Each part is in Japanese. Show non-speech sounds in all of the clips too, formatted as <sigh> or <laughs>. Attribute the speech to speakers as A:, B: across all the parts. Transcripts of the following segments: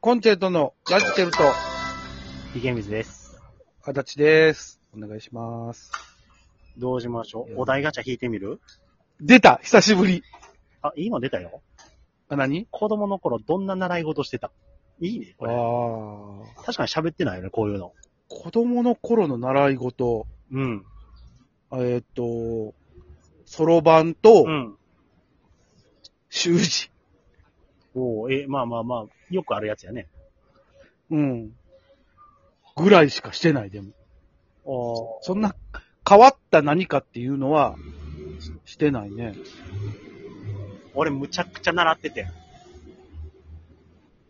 A: コンチェルトのラジチェルト、
B: 池水です。
A: あだちです。お願いします。
B: どうしましょうお題ガチャ引いてみる
A: 出た久しぶり
B: あ、いいの出たよ。
A: あ、何
B: 子供の頃どんな習い事してたいいね、こ
A: ああ
B: れ。
A: ー。
B: 確かに喋ってないよね、こういうの。
A: 子供の頃の習い事、
B: うん。
A: えーっと、そろばんと
B: うん。
A: 習字。
B: おーえ、まあまあまあ、よくあるやつやね。
A: うん。ぐらいしかしてない、でも。
B: お
A: そんな、変わった何かっていうのは、してないね。
B: 俺むちゃくちゃ習ってて。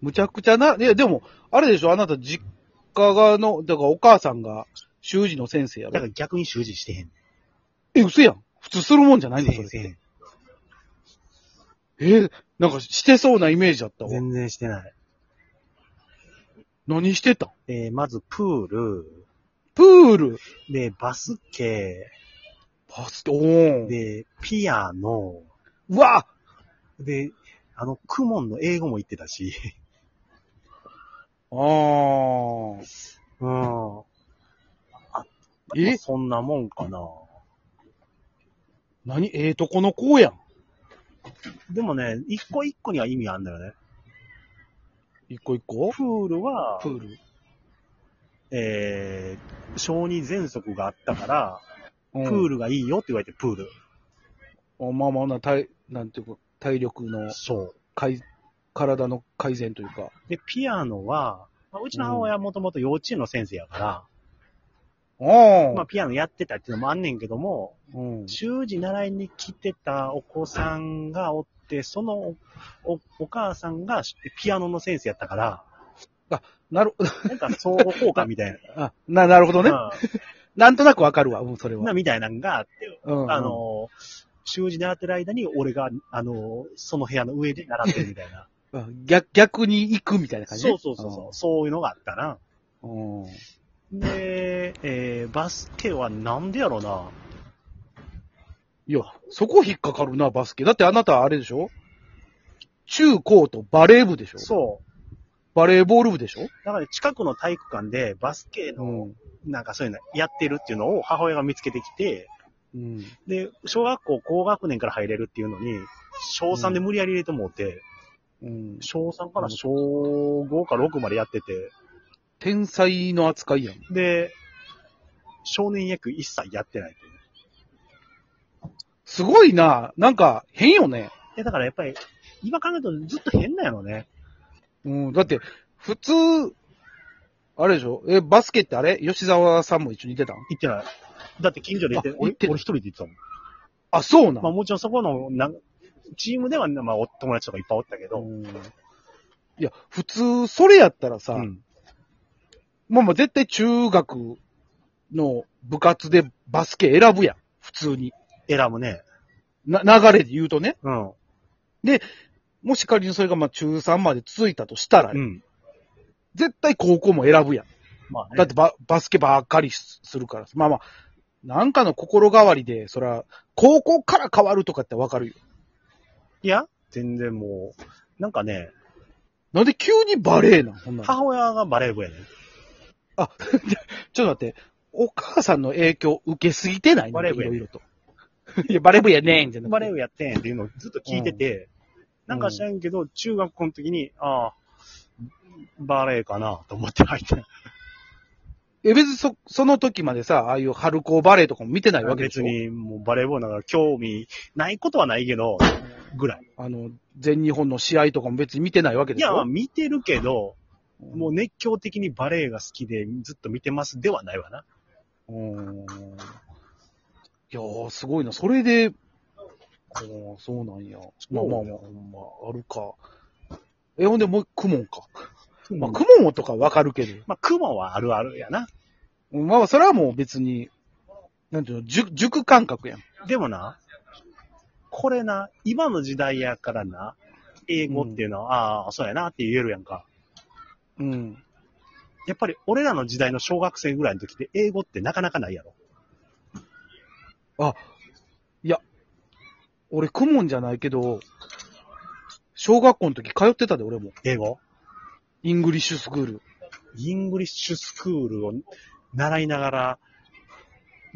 A: むちゃくちゃな、いや、でも、あれでしょあなた実家がの、だからお母さんが、習字の先生や
B: だか
A: ろ
B: ら逆に習字してへん。
A: え、嘘やん。普通するもんじゃないのそれ。
B: せへん
A: えーなんかしてそうなイメージだったわ。
B: 全然してない。
A: 何してたん
B: えーまずプール、
A: プール、
B: で、バスケ、
A: バスケ、おー
B: で、ピアノ、
A: うわ
B: で、あの、クモンの英語も言ってたし。
A: あー
B: <laughs> うん。
A: え
B: そんなもんかな。
A: 何ええとこの子やん。
B: でもね、一個一個には意味あんだよね。
A: 一個一個
B: プールは
A: プ、ール。
B: えー、小児喘息があったから、
A: プ
B: プー
A: ル。
B: ルがいいよって言われてプール。
A: おまあまあな、体、なんていうか、体力の、
B: そう。
A: 改体の改善というか。
B: で、ピアノは、まあ、うちの母親はもともと幼稚園の先生やから、
A: ああ、
B: まあピアノやってたっていうのもあんねんけども、
A: うん。
B: 習字習いに来てたお子さんがおって、そのおおお母さんがピアノの先生やったから、
A: なる、 <laughs>
B: なんか相互効果みたい
A: あ、 <laughs> な、なるほどね。
B: な。
A: なんとなくわかるわ、うん、それ
B: うん、な
A: は。
B: みたいなんがあって、
A: うん、
B: あ、の、習字習ってる間に、俺が、あの、その部屋の上で習ってるみ
A: <laughs>
B: たい
A: う
B: な。
A: ん逆、逆に行くみたいな感じね、
B: そうそうそうそう、そういうのがあったな。
A: うん。うん。
B: で、えー、バスケはなんでやろうな。
A: いや、そこ引っかかるな、バスケ。だってあなたあれでしょ中高とバレー部でしょ
B: そう。
A: バレーボール部でしょ
B: だから近くの体育館でバスケの、
A: ん。
B: なんかそういうのやってるっていうのを母親が見つけてきて、
A: うん。
B: で、小学校高学年から入れるっていうのに、小3で無理やり入れてもうて、
A: うん。
B: 小3から小5か6までやってて、
A: 天才の扱いやん。
B: で、少年野球一切やってないっていう。
A: すごいな。なんか、変よね。
B: え、だからやっぱり、今考えるとずっと変だよね。
A: うん。だって、普通、あれでしょえ、バスケってあれ吉沢さんも一緒に出たん
B: 言ってない。だって近所で行って
A: あ、
B: 俺
A: 行って
B: 俺一人で行ってたもん。
A: あ、そうな
B: まあ
A: の、
B: もちろんそこの、なんチームでは、まあお友達とかいっぱいおったけど、
A: うん、いや、普通、それやったらさ、
B: うん。
A: まあまあ絶対中学の部活でバスケ選ぶやん。普通に。
B: 選ぶね。
A: な、流れで言うとね。
B: うん。
A: もし仮にそれがまあ中3まで続いたとしたら、
B: うん。
A: 絶対高校も選ぶやん。
B: まあね。
A: だってババスケばっかりすするから。まあまあ、なんかの心変わりで、そら、高校から変わるとかってわかるよ。
B: いや、全然もう、なんかね、
A: なんで急にバレーなんほんなら
B: 母親がバレー部やね。
A: ちょっと待って、お母さんの影響受けすぎてない
B: バレー部や
A: いろいろと。 <laughs> いや、バレー部やねんじゃなくて。
B: バレー部やってんっていうのをずっと聞いてて、なんか知らんけど、中学校の時に、ああ、バレーかなと思って入って
A: え、別にそ、その時までさ、ああいう春高バレーとかも見てないわけでしょ
B: 別。に、もうバレーボールなんか興味ないことはないけど、ぐらい。
A: あの、全日本の試合とかも別に見てないわけ
B: い
A: でし
B: や、まあ
A: ょ。
B: 見てるけど、も
A: も
B: う熱狂的にバレーが好きでずっと見てますではないわな。
A: うん。いやー、すごいな。それで、あーそうなんや。まあまあまあ、ほんま、あるか。え、ほんでもう、クモンか。まあ、クモンとかわかるけど。
B: まあ、雲はあるあるやな。
A: まあまあ、それはもう別に、なんていうの、塾、塾感覚やん。
B: でもな、これな、今の時代やからな、英語っていうのは、ああ、そうやなって言えるやんか。
A: うん。
B: やっぱり俺らの時代の小学生ぐらいの時って英語ってなかなかないやろ。
A: 俺、クモンじゃないけど、小学校の時通ってたで、俺も。
B: 英語
A: イングリッシュスクール。
B: イングリッシュスクールを習いながら、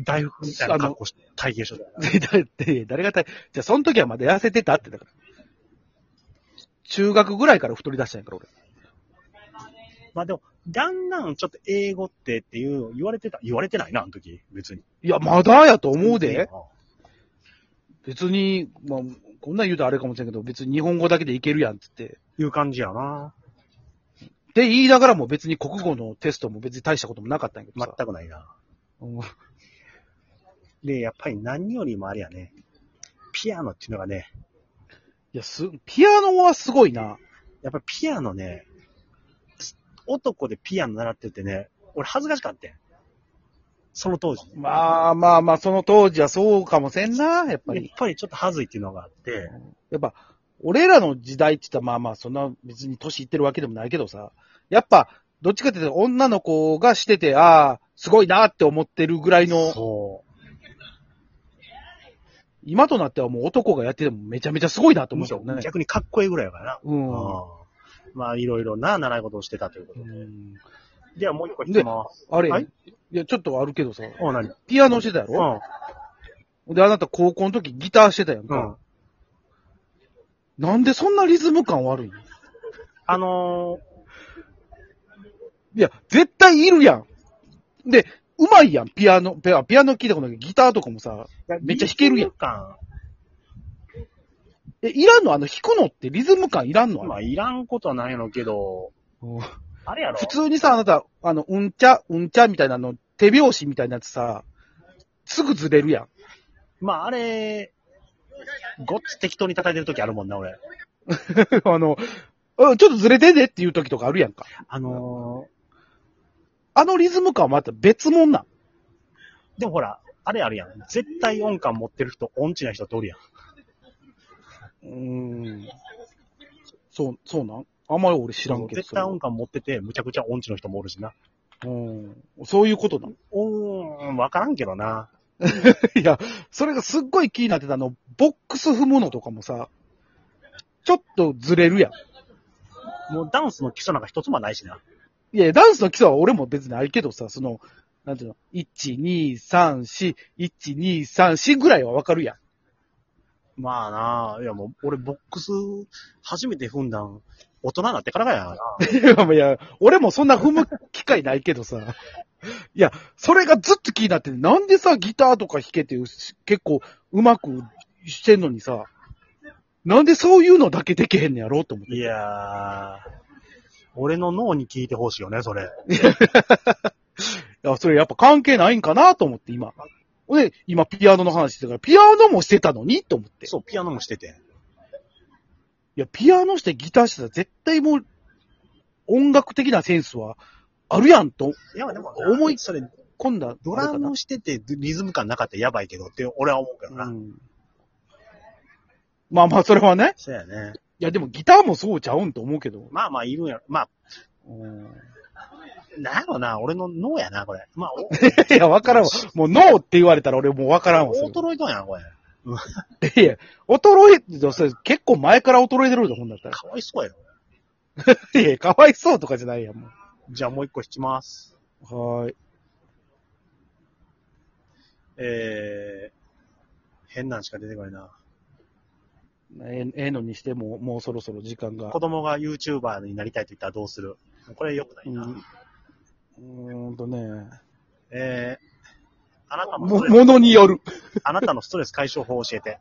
B: 大福みたいな格好して、体験しとったよな。
A: でだって、誰がた、じゃあ、その時はまだ痩せてたって、だから。中学ぐらいから太り出したんやから、俺。
B: まあでも、だんだんちょっと英語ってっていう、言われてた、言われてないな、あの時、別に。
A: いや、まだやと思う
B: うん
A: で。。別に、まあ、こんなん言うとあれかもしれんけど、別に日本語だけでいけるやんってって。
B: いう感じやな。
A: で、言いながらも別に国語のテストも別に大したこともなかったんやけど
B: 全
A: さ。
B: くないな。
A: うん
B: で、やっぱり何よりもあれやね、ピアノっていうのがね、
A: いや、す、ピアノはすごいな。
B: やっぱりピアノね、男でピアノ習っててね、俺恥ずかしかったん。その当時。
A: まあまあまあ、その当時はそうかもせんな、やっぱ
B: やっ
A: り。
B: ぱりちょっと恥ずいっていうのがあって、
A: やっぱ、俺らの時代って言ったらまあまあ、そんな別に年いってるわけでもないけどさ。やっぱ、どっちかっていうと女の子がしてて、ああ、すごいなって思ってるぐらいの、
B: そう。
A: 今となってはもう男がやっててもめちゃめちゃすごいなと思っ
B: むした
A: もん
B: ろ
A: ね。
B: 逆にかっこいいぐらいやからな。
A: うん。
B: うんまあ、いろいろな習い事をしてたということで。
A: うん
B: では、もう一個質問。
A: あれ、
B: はい
A: い、や、ちょっとあるけどさ、
B: お何
A: ピアノしてたやろ、
B: うん。
A: で、あなた高校の時ギターしてたやん
B: う
A: か。
B: ん。
A: なんでそんなリズム感悪いのい
B: あの
A: や、絶対いるやん。で、うまいやん、ピアノ。ピアピアノ聞いたことないけど、ギターとかもさ、
B: ー、
A: めっちゃ弾けるやん
B: リズム感
A: え、いらんのあの、弾くのってリズム感いらんのあれ
B: まあ、いらんことはないのけど、
A: うん
B: あれやろ
A: 普通にさ、あなた、あの、うんちゃ、うんちゃみたいなの、手拍子みたいなやつさ、すぐずれるやん。 <laughs>
B: まあ、あれ、ごっつ適当に叩いてる時あるもんな、俺。
A: あの、うんちょっとずれてんでっていう時とかあるやんか。
B: あの
A: あのリズム感はまた別もんなん。
B: ー、でもほら、あれあるやん。絶対音感持ってる人、音痴な人っておるやん。
A: うーん。そう、そうなんあんまり俺知らんけど。
B: 絶対音感持ってて、むちゃくちゃ音痴の人もおるしな。
A: それはうん。そういうことなの。
B: うーん、わからんけどな。
A: <laughs> いや、それがすっごい気になってたの、ボックス踏むのとかもさ、ちょっとずれるやん。
B: もうダンスの基礎なんか一つもないしな。
A: いや、ダンスの基礎は俺も別にあるけどさ、その、なんていうの、1、2、3、4、1、2、3、4ぐらいはわかるやん。
B: まあなあ、いやもう、俺ボックス、初めて踏んだん、大人になってからだよな。
A: いや、 <laughs> いや、俺もそんな踏む機会ないけどさ。 <laughs> いや、それがずっと気になってて、なんでさ、ギターとか弾けて、結構うまくしてんのにさ、なんでそういうのだけできへんねやろうと思って。
B: いやー、俺の脳に聞いてほしいよね、それ。
A: いや、それやっぱ関係ないんかなと思って、今。で、今ピアノの話してたから、ピアノもしてたのにと思って。
B: そう、ピアノもしてて。
A: いや、ピアノしてギターしてたら絶対もう、音楽的なセンスはあるやんと、
B: いや、でも、
A: 思い
B: それ、
A: 今度は
B: ド
A: あれ
B: ラ
A: かな
B: ムしててリズム感なかったらやばいけどって、俺は思うけどな。
A: うん。まあまあ、それはね。
B: そうやね。
A: いや、でもギターもそうちゃうんと思うけど。
B: まあまあ、いるんやろ。まあ、なんやろな、俺の脳やな、これ。 <laughs> まあ、お
A: いや、わから <laughs> んわ。もうノーって言われたら俺もうわからんわ。それ
B: 衰えとんやな、これ。
A: いや、衰え、それ結構前から衰えてるぞ、ほんだった
B: かわいそうやろ。
A: ら。いや、かわいそうとかじゃないやん、も
B: じゃあもう一個引きます。
A: う。はーい。
B: えー、変なんしか出てこないな。
A: えええのにしても、もうそろそろ時間が
B: 子。供が YouTuber になりたいと言ったらどうするこれ良くな
A: う
B: い
A: ん
B: な。
A: うーんとね。
B: えー、あなたのス
A: も、
B: トレス、
A: ものによる。
B: あなたのストレス解消法を教えて。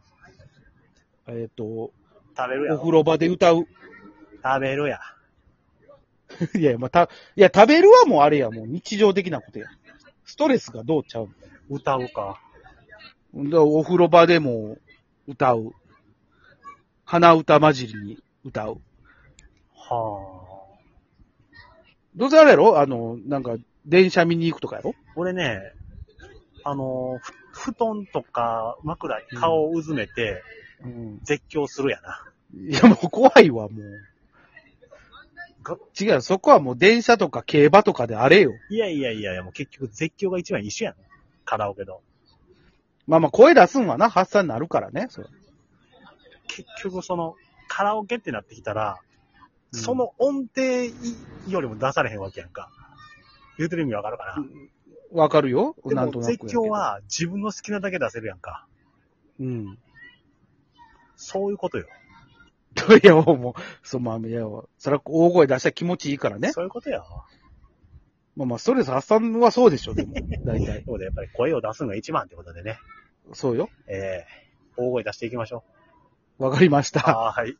A: えっ、と、お
B: 食べるやろ。
A: 風呂場で歌う。 <laughs>
B: 食べるや。
A: いや、まあ、た、いや、食べるはもうあれや、もう日常的なことや。ストレスがどうちゃう
B: 歌うか。
A: で、お風呂場でも歌う。鼻歌混じりに歌う。
B: はあ。
A: どうせあれやろあの、なんか、電車見に行くとかやろ
B: 俺ね、あの、ふ布団とか枕に顔をうずめて
A: うん。
B: 絶叫するやな。
A: いや、もう怖いわ、も
B: が
A: う。違う、そこはもう電車とか競馬とかであれよ。
B: いやいやいやいや、もう結局絶叫が一番一緒やん。カラオケの。
A: まあまあ、声出すんはな、発散になるからね。それ
B: 結局その、カラオケってなってきたら、その音程よりも出されへんわけやんか。言うてる意味わかるかな。
A: わかるよ。
B: で
A: なんと
B: も
A: なくや
B: 絶
A: けど。
B: 叫は自分の好きなだけ出せるやんか。
A: うん。
B: そういうことよ。
A: いや、もう、そう、まあ、いや、そら、大声出したら気持ちいいからね。
B: そういうことよ。
A: まあまあ、ストレス発散はそうでしょ、でも。大体。
B: そうで、やっぱり声を出すのが一番ってことでね。
A: そうよ。
B: ええ大声出していきましょ
A: わかりまし
B: う。
A: た。
B: はーい。